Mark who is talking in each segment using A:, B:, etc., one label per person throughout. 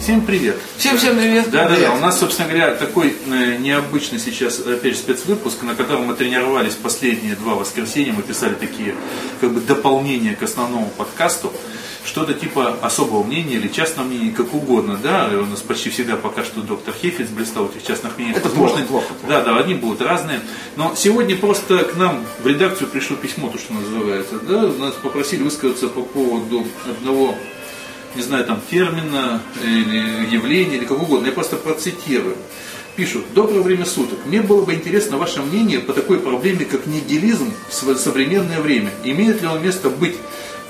A: Всем привет.
B: Всем всем привет.
A: Да, да,
B: Привет.
A: да. У нас, собственно говоря, такой э, необычный сейчас опять же, спецвыпуск, на котором мы тренировались последние два воскресенья. Мы писали такие как бы дополнения к основному подкасту. Что-то типа особого мнения или частного мнения, как угодно, да. И у нас почти всегда пока что доктор Хефиц блистал этих частных мнений.
B: Это
A: Возможно,
B: плохо, плохо,
A: Да, да, они будут разные. Но сегодня просто к нам в редакцию пришло письмо, то, что называется. Да? Нас попросили высказаться по поводу одного не знаю, там термина или явления или как угодно, я просто процитирую. Пишут, доброе время суток. Мне было бы интересно ваше мнение по такой проблеме, как нигилизм в св- современное время. Имеет ли он место быть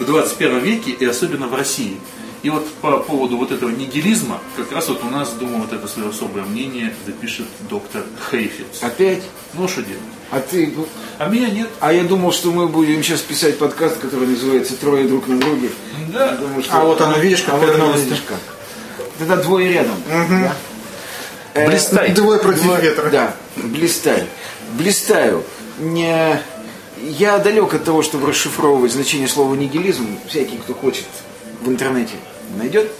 A: в 21 веке и особенно в России? И вот по поводу вот этого нигилизма, как раз вот у нас, думаю, вот это свое особое мнение запишет доктор Хейфиц.
B: Опять?
A: Ну, что делать?
B: А ты...
A: А меня нет.
B: А я думал, что мы будем сейчас писать подкаст, который называется «Трое друг на друге».
A: Да.
B: Потому что-
C: А вот оно, видишь, как
B: а вот оно,
C: повернулось.
B: видишь как. Тогда двое рядом. Да. Э,
A: Блистай.
C: Двое против
B: Двое-
C: ветра.
B: Да, блистай. Блистаю. Не- Я далек от того, чтобы расшифровывать значение слова нигилизм. Всякий, кто хочет, в интернете найдет.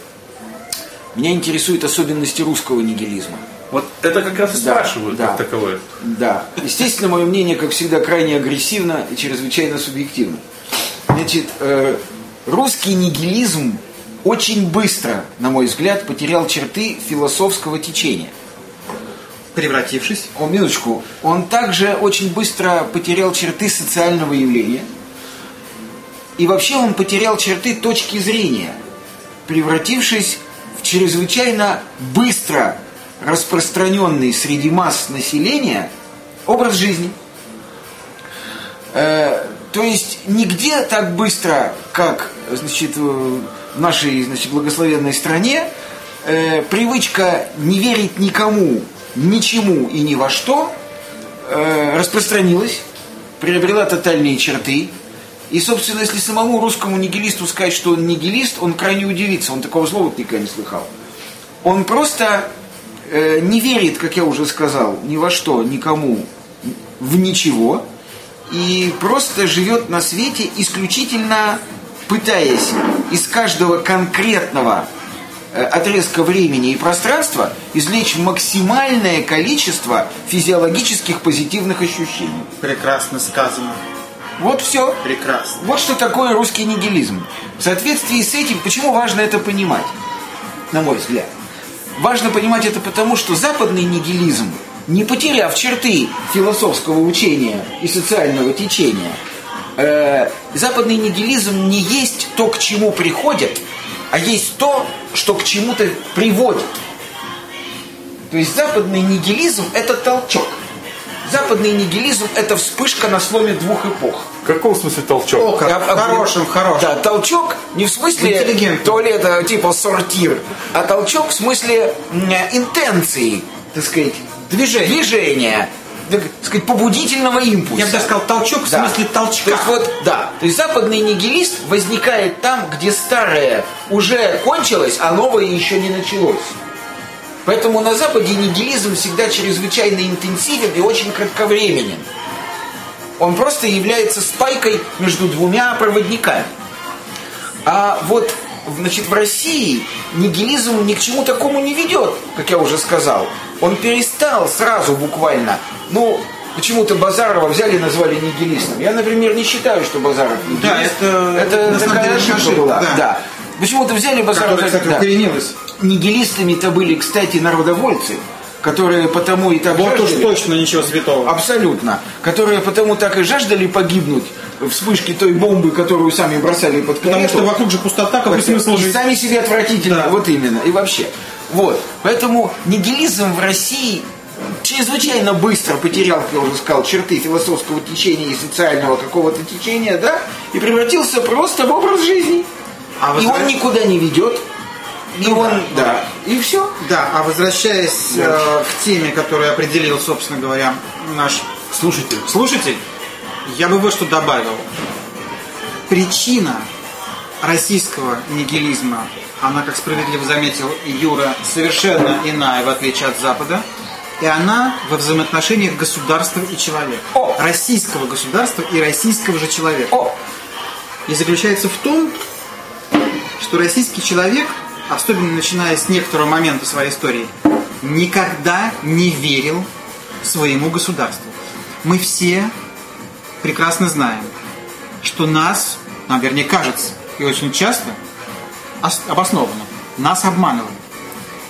B: Меня интересуют особенности русского нигилизма.
A: Вот это как раз и
B: Да,
A: спрашивают
B: да.
A: как таковое.
B: Да. Естественно, мое мнение, как всегда, крайне агрессивно и чрезвычайно субъективно. Значит, э, русский нигилизм очень быстро, на мой взгляд, потерял черты философского течения.
C: Превратившись.
B: О, минуточку. Он также очень быстро потерял черты социального явления. И вообще он потерял черты точки зрения, превратившись в чрезвычайно быстро распространенный среди масс населения образ жизни. Э, то есть нигде так быстро, как значит, э, в нашей значит, благословенной стране, э, привычка не верить никому, ничему и ни во что э, распространилась, приобрела тотальные черты. И, собственно, если самому русскому нигилисту сказать, что он нигилист, он крайне удивится, он такого слова никогда не слыхал. Он просто э, не верит, как я уже сказал, ни во что, никому, в ничего. И просто живет на свете исключительно пытаясь из каждого конкретного э, отрезка времени и пространства извлечь максимальное количество физиологических позитивных ощущений.
C: Прекрасно сказано.
B: Вот все.
C: Прекрасно.
B: Вот что такое русский нигилизм. В соответствии с этим, почему важно это понимать, на мой взгляд? Важно понимать это потому, что западный нигилизм, не потеряв черты философского учения и социального течения, э, западный нигилизм не есть то, к чему приходят, а есть то, что к чему-то приводит. То есть западный нигилизм – это толчок. Западный нигилизм – это вспышка на сломе двух эпох.
D: В каком смысле толчок?
C: О, как.
B: Я-
C: В хорошем, в хорошем.
B: А Да, толчок не в смысле
C: Интеллигентно.
B: туалета типа сортир, а толчок в смысле м, интенции, так сказать,
C: Движение.
B: движения, так сказать, побудительного импульса.
C: Я бы даже сказал толчок в
B: Да.
C: смысле
B: То
C: толчка.
B: есть вот, да. То есть западный нигилист возникает там, где старое уже кончилось, а новое еще не началось. Поэтому на Западе нигилизм всегда чрезвычайно интенсивен и очень кратковременен. Он просто является спайкой между двумя проводниками. А вот значит, в России нигилизм ни к чему такому не ведет, как я уже сказал. Он перестал сразу буквально. Ну, почему-то Базарова взяли и назвали нигилистом. Я, например, не считаю, что Базаров нигилист.
C: Да, это-
B: это
C: на самом
B: такая
C: деле
B: ошибка
C: ошибка,
B: была.
C: да.
B: Да. Почему-то взяли Базарова.
C: Которая, кстати,
B: да.
C: укоренилась.
B: Нигилистами-то были, кстати, народовольцы, которые потому и так
C: Вот уж
B: жаждали-
C: точно ничего святого.
B: Абсолютно. Которые потому так и жаждали погибнуть вспышки той бомбы, которую сами бросали под
C: Потому что
B: карету.
C: вокруг же пустота, какой смысл
B: И
C: жить?
B: Сами себе отвратительно,
C: Да.
B: вот именно, и вообще. Вот. Поэтому нигилизм в России чрезвычайно быстро потерял, как я уже сказал, черты философского течения и социального какого-то течения, да, и превратился просто в образ жизни.
D: А вы
B: и он
D: знаете-
B: никуда не ведет. И Ну, он, да, и все.
D: Ну, Да, а возвращаясь э, к теме, которую определил, собственно говоря, наш слушатель. Слушатель, я бы вот что добавил. Причина российского нигилизма, она, как справедливо заметил Юра, совершенно иная, в отличие от Запада. И она во взаимоотношениях государства и человека.
B: О!
D: Российского государства и российского же человека.
B: О,
D: И заключается в том, что российский человек, особенно начиная с некоторого момента своей истории, никогда не верил своему государству. Мы все прекрасно знаем, что нас, нам вернее кажется, и очень часто, ос- обоснованно, нас обманывают.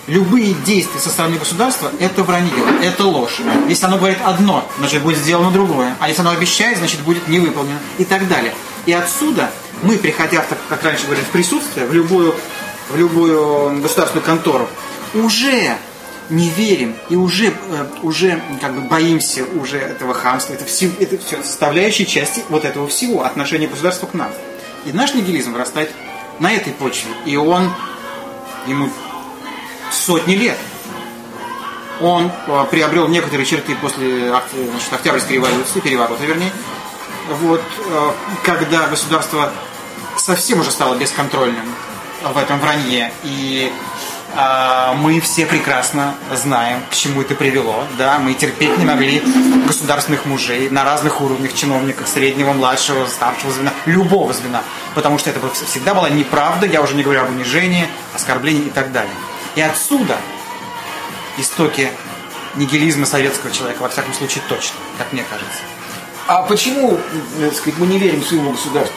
D: Любые действия со стороны государства – это вранье, это ложь. Если оно говорит одно, значит, будет сделано другое. А если оно обещает, значит, будет не выполнено. И так далее. И отсюда мы, приходя, в, так- как раньше говорили, в присутствие, в любую, в любую государственную контору, уже не верим и уже, э, уже как бы боимся уже этого хамства. Это все, это все составляющие части вот этого всего, отношения государства к нам. И наш нигилизм вырастает на этой почве. И он, ему сотни лет. Он э, приобрел некоторые черты после ок- значит, Октябрьской революции, переворота вернее, вот, э, когда государство совсем уже стало бесконтрольным в этом вранье. И э, мы все прекрасно знаем, к чему это привело. Да, мы терпеть не могли государственных мужей на разных уровнях, чиновников, среднего, младшего, старшего звена, любого звена. Потому что это бы вс- всегда была неправда, я уже не говорю об унижении, оскорблении и так далее. И отсюда истоки нигилизма советского человека, во всяком случае, точно, как мне кажется.
B: а почему, э, так сказать, мы не верим своему государству?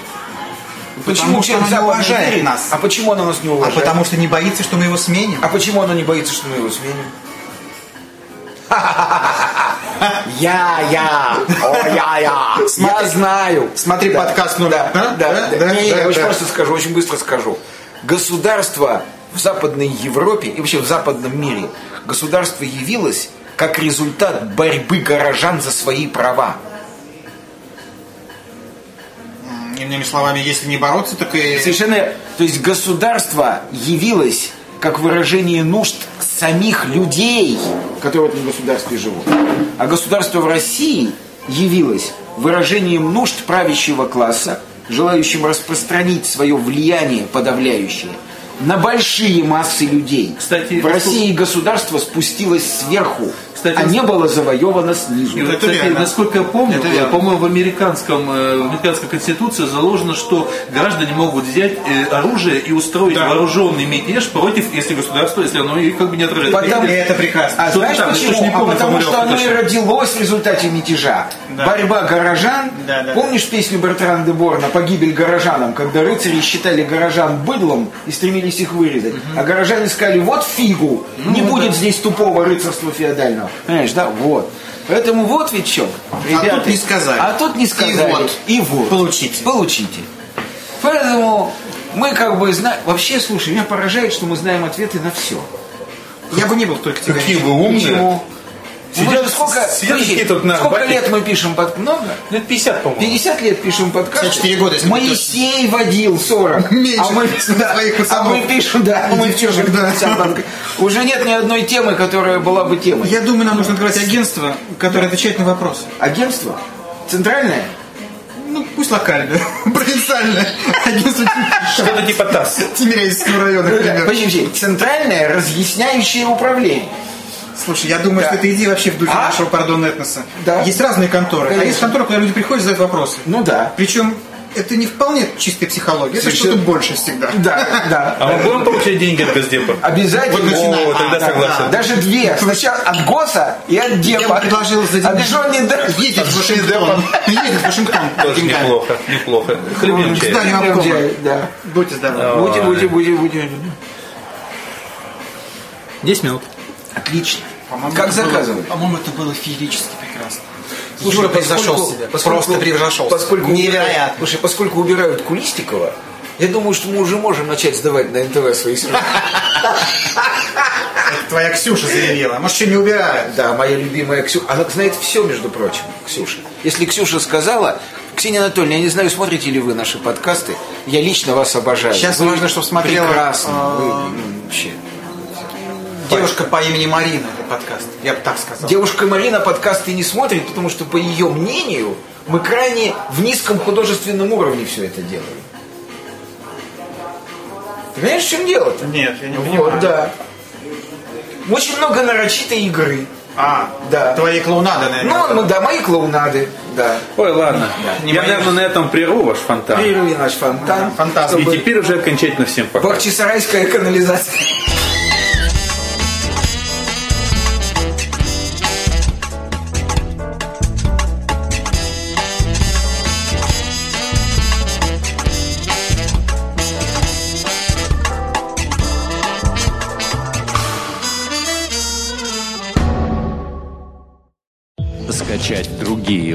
D: Потому что
B: человек
D: оно не
B: завод
D: уважает
B: верит?
D: нас.
B: А почему оно нас не
D: А
B: уважает?
D: потому что не боится, что мы его сменим.
B: А почему оно не боится, что мы его сменим? Я, я, о, я, я. Я знаю.
D: Смотри подкаст номер-
B: ну, Да,
D: Да,
B: да, да.
D: да, да,
B: Не, я
D: да,
B: очень
D: да.
B: просто скажу, очень быстро скажу. Государство в Западной Европе и вообще в Западном мире государство явилось как результат борьбы горожан за свои права.
D: М, Иными словами, если не бороться, так и...
B: Совершенно, то есть государство явилось как выражение нужд самих людей, которые в этом государстве живут. А государство в России явилось выражением нужд правящего класса, желающим распространить свое влияние подавляющее на большие массы людей.
A: Кстати,
B: в России государство спустилось сверху,
A: Кстати,
B: а не было завоевано
A: И,
B: снизу.
D: Это
A: кстати,
D: верно.
A: насколько я помню, э,
D: Это верно.
A: по-моему, в, американском, э, в американской конституции заложено, что граждане могут взять э, оружие и устроить вооруженный мятеж против, если государство, если оно их как бы не отражает.
B: Потому-
D: И это прекрасно.
B: А
A: Что-то
B: знаешь
A: там, я
B: почему?
A: точно не
B: а
A: помню
B: потому что
A: формулировку
B: оно и
A: точно.
B: родилось в результате мятежа.
D: Да.
B: Борьба горожан.
D: Да, да,
B: Помнишь песню Бертрана де Борна «Погибель горожанам», когда рыцари считали горожан быдлом и стремились их вырезать, а горожане сказали «вот фигу,
D: Ну,
B: не будет здесь тупого рыцарства феодального». Понимаешь, да? Вот. Поэтому вот ведь что, ребята.
D: тут не сказали.
B: А тут не сказали.
D: И вот.
B: И вот.
D: Получите.
B: Получите. Поэтому мы как бы знаем... Вообще, слушай, меня поражает, что мы знаем ответы на все.
D: Я бы не был только
C: Какие
D: категоричен.
C: вы умные.
B: Почему? Мы
C: Сидят-
B: же сколько,
C: сидят
B: подожди,
C: какие-то вот на
B: сколько
C: баке.
B: лет мы пишем под много?
D: Ну,
C: Лет 50, по-моему.
B: 50 лет пишем подкаст.
D: 54 года, если быть
B: Моисей водил 40.
D: Меньше
B: а мы,
D: своих
B: а
D: пацанов.
B: мы пишем, да.
D: И
B: мы
D: девчонок,
B: пишем
D: да.
B: сам подкаст. Уже нет ни одной темы, которая была бы темой.
D: Я думаю, нам нужно открывать агентство, которое отвечает на вопросы.
B: Агентство? Центральное?
D: Ну, пусть локальное, провинциальное. Агентство
C: Что-то типа ТАСС.
D: Тимирязевского района,
B: Подожди,
D: например.
B: подожди. Э, Центральное разъясняющее управление.
D: Слушай, я думаю,
B: Да.
D: что это идея вообще в духе
B: А?
D: нашего, пардон, этноса.
B: Да.
D: Есть разные конторы. А
B: Конечно.
D: есть конторы, куда люди приходят и задают вопросы.
B: Ну да.
D: Причем это не вполне чистая психология, это
B: Совершенно-
D: что-то больше всегда.
B: Да, да.
C: А мы будем получать деньги от Газдепа?
B: Обязательно.
D: Вот начинаем.
C: О, тогда
D: А, да,
C: согласен.
D: да.
B: Даже две. Сначала от ГОСа и от
D: Я
B: Депа.
D: бы предложил за
B: От
D: деньгами
B: Джонни Деппа.
D: ездить в Вашингтон. Ездить в Вашингтон.
C: Тоже
D: деньгами.
C: неплохо, неплохо.
D: Ну,
C: Хлебнем чай.
D: Здание обкома.
B: Да.
D: Будьте здоровы.
B: Будем, будем, будем, будем.
A: 10 минут.
B: Отлично. Как заказывали?
D: По-моему, это было феерически прекрасно.
B: Слушай,
D: Юра
B: поскольку-
D: превзошел себя.
B: поскольку-
D: Просто превзошел.
B: Поскольку
D: Невероятно.
B: Слушай, поскольку убирают Кулистикова, Я думаю, что мы уже можем начать сдавать на НТВ свои сюжеты.
D: Твоя Ксюша заявила. Может, еще не убирают.
B: Да, моя любимая Ксюша. Она знает все, между прочим, Ксюша. Если Ксюша сказала... Ксения Анатольевна, я не знаю, смотрите ли вы наши подкасты. Я лично вас обожаю.
D: Сейчас
B: Вы
D: важно, чтоб смотрела,
B: Прекрасно. Вы,
D: а,
B: ну, вообще.
D: Девушка по имени Марина, это подкаст. Я бы так сказал.
B: Девушка Марина подкасты не смотрит, потому что, по ее мнению, мы крайне в низком художественном уровне все это делаем. Ты понимаешь, в чем дело-то?
D: Нет, я не
B: Вот,
D: понимаю.
B: да. Очень много нарочитой игры.
D: А,
B: Да.
D: Твои клоунады, наверное.
B: Ну, мы, да, мои клоунады, да.
C: Ой, ладно.
D: Не
C: Я,
D: боюсь.
C: наверное, на этом прерву ваш фонтан.
B: Прерви наш фонтан.
D: Фантазм.
C: И теперь уже окончательно всем пока.
B: Бахчисарайская канализация.
E: Скачать другие